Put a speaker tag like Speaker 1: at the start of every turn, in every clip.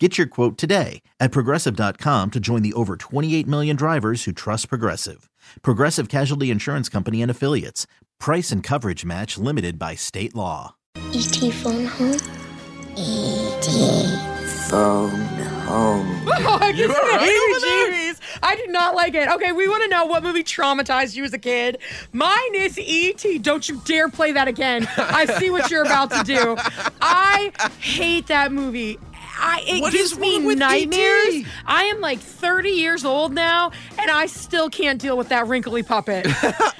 Speaker 1: Get your quote today at progressive.com to join the over 28 million drivers who trust Progressive. Progressive Casualty Insurance Company and Affiliates. Price and coverage match limited by state law.
Speaker 2: E.T. phone home?
Speaker 3: E.T. phone home.
Speaker 4: Oh, I
Speaker 5: You
Speaker 4: just
Speaker 5: all right
Speaker 4: heebie-jeebies. I do not like it. Okay, we want to know what movie traumatized you as a kid. Mine is E.T. Don't you dare play that again. I see what you're about to do. I hate that movie. I, it
Speaker 5: What
Speaker 4: gives
Speaker 5: is
Speaker 4: me
Speaker 5: wrong with E
Speaker 4: nightmares.
Speaker 5: E.T.?
Speaker 4: I am like 30 years old now, and I still can't deal with that wrinkly puppet.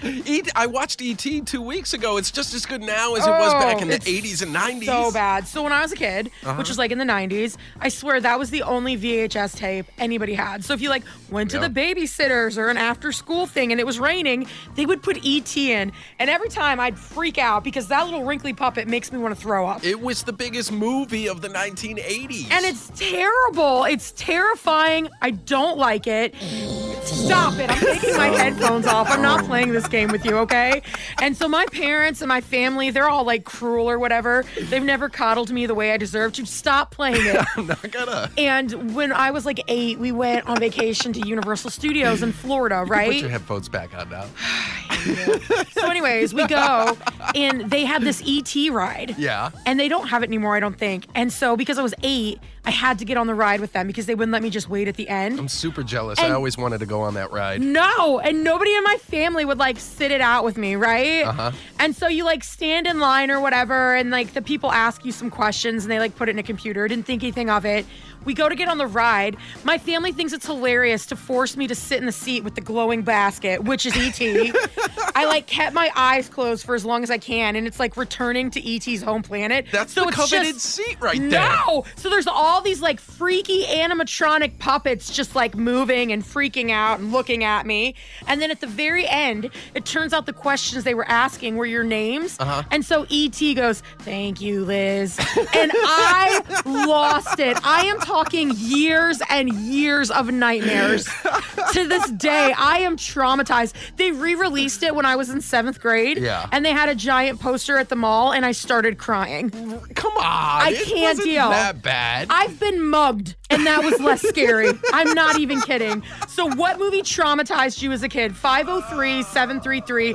Speaker 5: E- I watched E.T. two weeks ago. It's just as good now as it was back in the
Speaker 4: Oh, it's
Speaker 5: 80s and Uh-huh. 90s.
Speaker 4: So bad. So when I was a kid, which was like in the 90s, I swear that was the only VHS tape anybody had. So if you like went to
Speaker 5: Yeah.
Speaker 4: the babysitters or an after school thing and it was raining, they would put ET in. And every time I'd freak out because that little wrinkly puppet makes me want to throw up.
Speaker 5: It was the biggest movie of the 1980s.
Speaker 4: and it's terrible. It's terrifying. I don't like it. Stop it. I'm taking my headphones off. I'm not playing this game with you, okay? And so my parents and my family, they're all like cruel or whatever. They've never coddled me the way I deserve to. Stop playing it.
Speaker 5: I'm not gonna.
Speaker 4: And when I was like eight, we went on vacation to Universal Studios in Florida,
Speaker 5: Put
Speaker 4: right?
Speaker 5: your headphones back on now.
Speaker 4: so, anyways, we go and they had this ET ride.
Speaker 5: Yeah.
Speaker 4: And they don't have it anymore, I don't think. And so, because I was eight, I had to get on the ride with them because they wouldn't let me just wait at the end.
Speaker 5: I'm super jealous. I
Speaker 4: And-
Speaker 5: always wanted to go on that ride.
Speaker 4: No, and nobody in my family would like sit it out with me, right?
Speaker 5: Uh-huh.
Speaker 4: And so you like stand in line or whatever, and like the people ask you some questions and they like put it in a computer, didn't think anything of it. We go to get on the ride. My family thinks it's hilarious to force me to sit in the seat with the glowing basket, which is E.T. I like kept my eyes closed for as long as I can, and it's like returning to E.T.'s home planet.
Speaker 5: That's
Speaker 4: so
Speaker 5: the
Speaker 4: it's
Speaker 5: coveted
Speaker 4: just-
Speaker 5: seat right there.
Speaker 4: no! So there's all these like freaky animatronic puppets just like moving and freaking out and looking at me. And then at the very end, it turns out the questions they were asking were your names.
Speaker 5: Uh-huh.
Speaker 4: And so E.T. goes, Thank you, Liz. and I lost it. I am talking years and years of nightmares. to this day, I am traumatized. They re released it when I was in seventh grade.
Speaker 5: Yeah.
Speaker 4: And they had a giant poster at the mall, and I started crying.
Speaker 5: Come on.
Speaker 4: I
Speaker 5: it
Speaker 4: can't
Speaker 5: wasn't
Speaker 4: deal.
Speaker 5: that bad.
Speaker 4: I've been mugged, and that was less scary. I'm not even kidding. So, what movie traumatized you as a kid? 503 733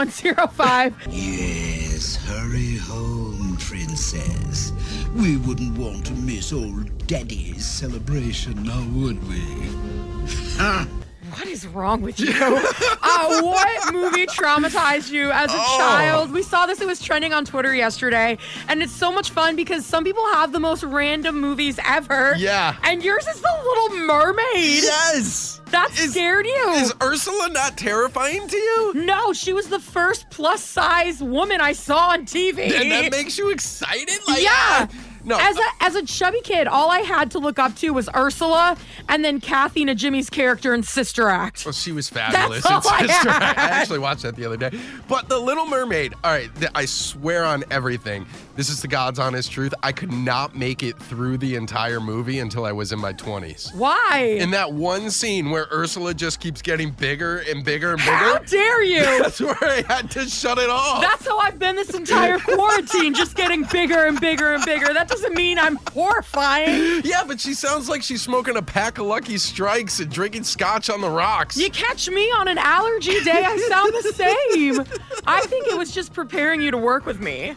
Speaker 4: 5105.
Speaker 3: Yes, hurry home, princess. We wouldn't want to miss old daddy's celebration, now would we?
Speaker 4: What is wrong with you? Uh, what movie traumatized you as a
Speaker 5: Oh.
Speaker 4: child? We saw this, it was trending on Twitter yesterday, and it's so much fun because some people have the most random movies ever.
Speaker 5: Yeah.
Speaker 4: And yours is The Little Mermaid.
Speaker 5: yes.
Speaker 4: That
Speaker 5: Is-
Speaker 4: scared you.
Speaker 5: Is Ursula not terrifying to you?
Speaker 4: no, she was the first plus size woman I saw on TV.
Speaker 5: And that makes you excited? Like,
Speaker 4: yeah.
Speaker 5: ah. No.
Speaker 4: As a as a chubby kid, all I had to look up to was Ursula and then Kathy and Jimmy's character in Sister Act.
Speaker 5: Well, she was fabulous.
Speaker 4: all
Speaker 5: in
Speaker 4: I
Speaker 5: Sister
Speaker 4: had.
Speaker 5: Act. I actually watched that the other day. But The Little Mermaid, all right, th- I swear on everything. This is the God's honest truth. I could not make it through the entire movie until I was in my 20s.
Speaker 4: Why?
Speaker 5: In that one scene where Ursula just keeps getting bigger and bigger and
Speaker 4: How
Speaker 5: bigger,
Speaker 4: dare you?
Speaker 5: that's where I had to shut it off.
Speaker 4: That's how I've been this entire quarantine, just getting bigger and bigger and bigger. That doesn't mean I'm horrifying.
Speaker 5: yeah, but she sounds like she's smoking a pack of Lucky Strikes and drinking scotch on the rocks.
Speaker 4: You catch me on an allergy day, I sound the same. I think it was just preparing you to work with me.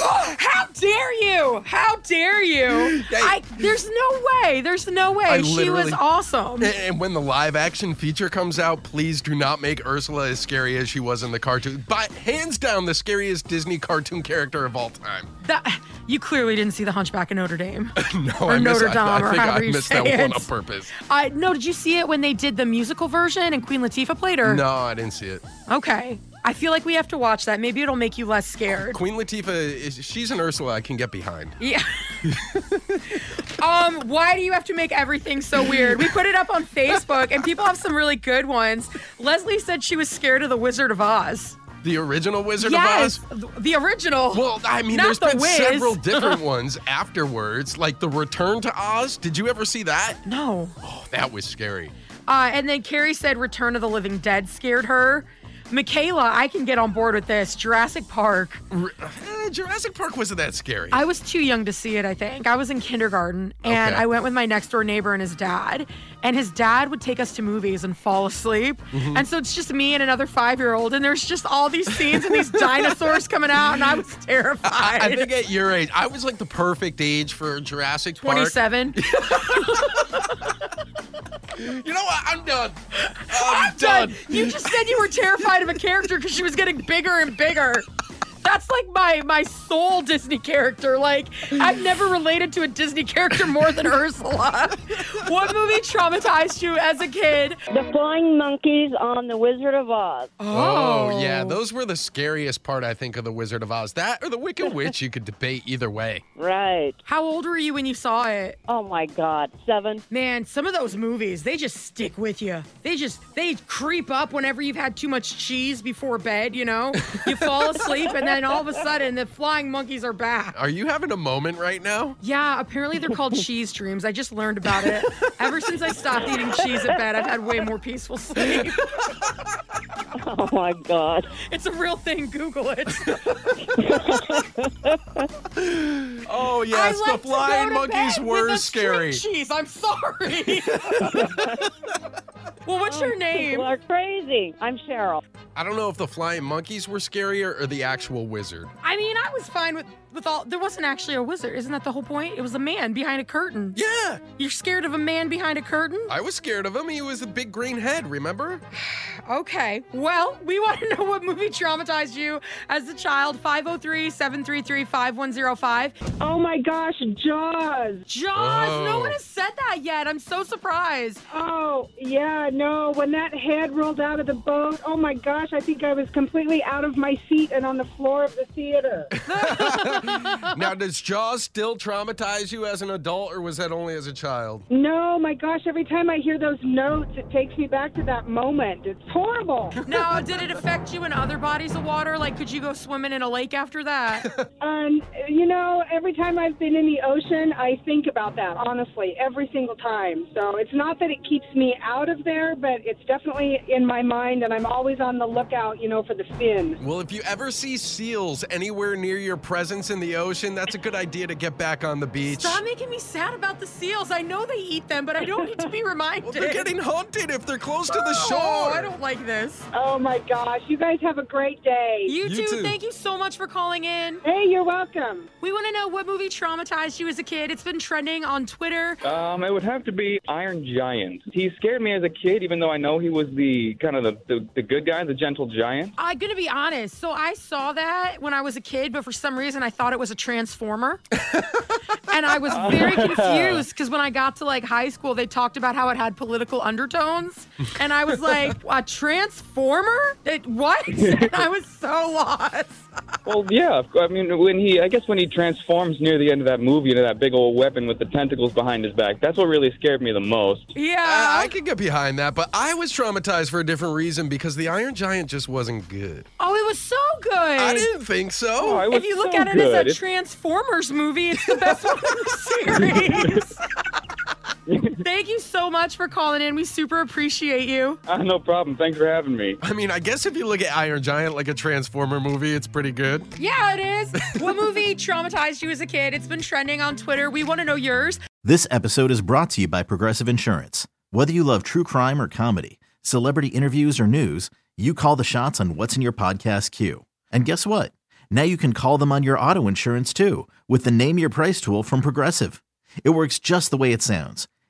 Speaker 4: How dare you? How dare you? I, there's no way. There's no way.
Speaker 5: I
Speaker 4: She was
Speaker 5: literally- Eh.
Speaker 4: awesome.
Speaker 5: And- And when the live action feature comes out, please do not make Ursula as scary as she was in the cartoon. But hands down, the scariest Disney cartoon character of all time.
Speaker 4: That you clearly didn't see the Hunchback of Notre Dame.
Speaker 5: No,
Speaker 4: Or
Speaker 5: I miss-
Speaker 4: Notre
Speaker 5: I-
Speaker 4: Dame,
Speaker 5: I,
Speaker 4: or
Speaker 5: think
Speaker 4: however
Speaker 5: I
Speaker 4: you
Speaker 5: missed
Speaker 4: say
Speaker 5: that one
Speaker 4: it.
Speaker 5: on purpose.
Speaker 4: I no, did you see it when they did the musical version and Queen Latifah played her?
Speaker 5: No, I didn't see it.
Speaker 4: Okay. I feel like we have to watch that. Maybe it'll make you less scared.
Speaker 5: Queen Latifah, is, she's an Ursula I can get behind.
Speaker 4: Yeah. Um, why do you have to make everything so weird? We put it up on Facebook, and people have some really good ones. Leslie said she was scared of the Wizard of Oz.
Speaker 5: The original Wizard
Speaker 4: yes,
Speaker 5: of Oz.
Speaker 4: th- the original.
Speaker 5: Well, I mean,
Speaker 4: Not
Speaker 5: there's
Speaker 4: the
Speaker 5: been
Speaker 4: Wiz.
Speaker 5: several different ones afterwards, like the Return to Oz. Did you ever see that?
Speaker 4: no.
Speaker 5: Oh, that was scary.
Speaker 4: Uh, and then Carrie said Return of the Living Dead scared her. Michaela, I can get on board with this. Jurassic Park.
Speaker 5: R- eh, Jurassic Park wasn't that scary.
Speaker 4: I was too young to see it, I think. I was in kindergarten and
Speaker 5: Okay.
Speaker 4: I went with my next door neighbor and his dad. And his dad would take us to movies and fall asleep.
Speaker 5: Mm-hmm.
Speaker 4: And so it's just me and another five year old. And there's just all these scenes and these dinosaurs coming out. And I was terrified.
Speaker 5: I, I think at your age, I was like the perfect age for Jurassic Park.
Speaker 4: 27.
Speaker 5: You know what? I'm done. I'm,
Speaker 4: Done. You just said you were terrified of a character because she was getting bigger and bigger. That's like my my soul Disney character. Like I've never related to a Disney character more than Ursula. what movie traumatized you as a kid?
Speaker 2: The flying monkeys on The Wizard of Oz.
Speaker 5: Oh. yeah, those were the scariest part I think of the Wizard of Oz. That or the Wicked Witch, you could debate either way.
Speaker 2: Right.
Speaker 4: How old were you when you saw it?
Speaker 2: Oh my God. Seven.
Speaker 4: Man, some of those movies, they just stick with you. They just they creep up whenever you've had too much cheese before bed, you know? You fall asleep and then all of a sudden the flying monkeys are back.
Speaker 5: Are you having a moment right now?
Speaker 4: Yeah, apparently they're called cheese dreams. I just learned about it. Ever since I stopped eating cheese at bed, I've had way more peaceful sleep.
Speaker 2: Oh my God.
Speaker 4: It's a real thing. Google it.
Speaker 5: Oh
Speaker 4: I
Speaker 5: yes,
Speaker 4: like
Speaker 5: the
Speaker 4: to go
Speaker 5: flying
Speaker 4: to
Speaker 5: monkeys
Speaker 4: bed
Speaker 5: were
Speaker 4: with a string
Speaker 5: scary.
Speaker 4: Cheese. I'm sorry. well, what's your name?
Speaker 2: Oh, People are crazy. I'm Cheryl.
Speaker 5: I don't know if the flying monkeys were scarier or the actual wizard.
Speaker 4: I mean, I was fine with with all. There wasn't actually a wizard. Isn't that the whole point? It was a man behind a curtain.
Speaker 5: Yeah,
Speaker 4: You're scared of a man behind a curtain?
Speaker 5: I was scared of him. He was a big green head, remember?
Speaker 4: Okay. Well, we want to know what movie traumatized you as a child. 503 733 5105.
Speaker 6: Oh my gosh, Jaws.
Speaker 4: Jaws, no
Speaker 5: Oh.
Speaker 4: one has said that yet. I'm so surprised.
Speaker 6: Oh, yeah, no. When that head rolled out of the boat, oh my gosh, I think I was completely out of my seat and on the floor of the theater.
Speaker 5: now, does Jaws still traumatize you as an adult, or was that only as a child?
Speaker 6: no, my gosh, every time I hear those notes, it takes me back to that moment. It's horrible.
Speaker 4: Now, did it affect you in other bodies of water? Like, could you go swimming in a lake after that?
Speaker 6: Um, you know, every time I've been in the ocean, I think about that, honestly, every single time. So it's not that it keeps me out of there, but it's definitely in my mind, and I'm always on the lookout, you know, for the fin.
Speaker 5: Well, if you ever see seals anywhere near your presence in the ocean, that's a good idea to get back on the beach.
Speaker 4: Stop making me sad about the seals. I know they eat them, but I don't need to be reminded.
Speaker 5: Well, they're getting hunted if they're close to the shore.
Speaker 4: Oh, I don't like this.
Speaker 6: Oh my gosh, you guys have a great day.
Speaker 4: You,
Speaker 5: You
Speaker 4: too.
Speaker 5: too.
Speaker 4: Thank you so much for calling in.
Speaker 6: Hey, you're welcome.
Speaker 4: We want to know what movie traumatized you as a kid. It's been trending on Twitter.
Speaker 5: Uh.
Speaker 7: Um, it would have to be Iron Giant. He scared me as a kid, even though I know he was the kind of the, the, the good guy, the gentle giant.
Speaker 4: I'm going to be honest. So I saw that when I was a kid, but for some reason I thought it was a transformer. and I was very confused because when I got to like high school, they talked about how it had political undertones. And I was like, a transformer? It, what? And I was so lost.
Speaker 7: Well, yeah, of cou- I mean, when he, I guess when he transforms near the end of that movie into that big old weapon with the tentacles behind his back, that's what really scared me the most.
Speaker 5: I,
Speaker 4: Yeah.
Speaker 5: Uh, I could get behind that, but I was traumatized for a different reason because the Iron Giant just wasn't good.
Speaker 4: oh, it was so good.
Speaker 5: I didn't think so.
Speaker 7: Oh, it was
Speaker 4: if you look
Speaker 7: so
Speaker 4: at it
Speaker 7: good.
Speaker 4: as a Transformers movie, it's the best one in the series. Thank you so much for calling in. We super appreciate you.
Speaker 7: Ah, no problem. Thanks for having me.
Speaker 5: I mean, I guess if you look at Iron Giant like a Transformer movie, it's pretty good.
Speaker 4: Yeah, it is. what movie traumatized you as a kid? It's been trending on Twitter. We want to know yours.
Speaker 1: This episode is brought to you by Progressive Insurance. Whether you love true crime or comedy, celebrity interviews or news, you call the shots on what's in your podcast queue. And guess what? Now you can call them on your auto insurance too with the Name Your Price tool from Progressive. It works just the way it sounds.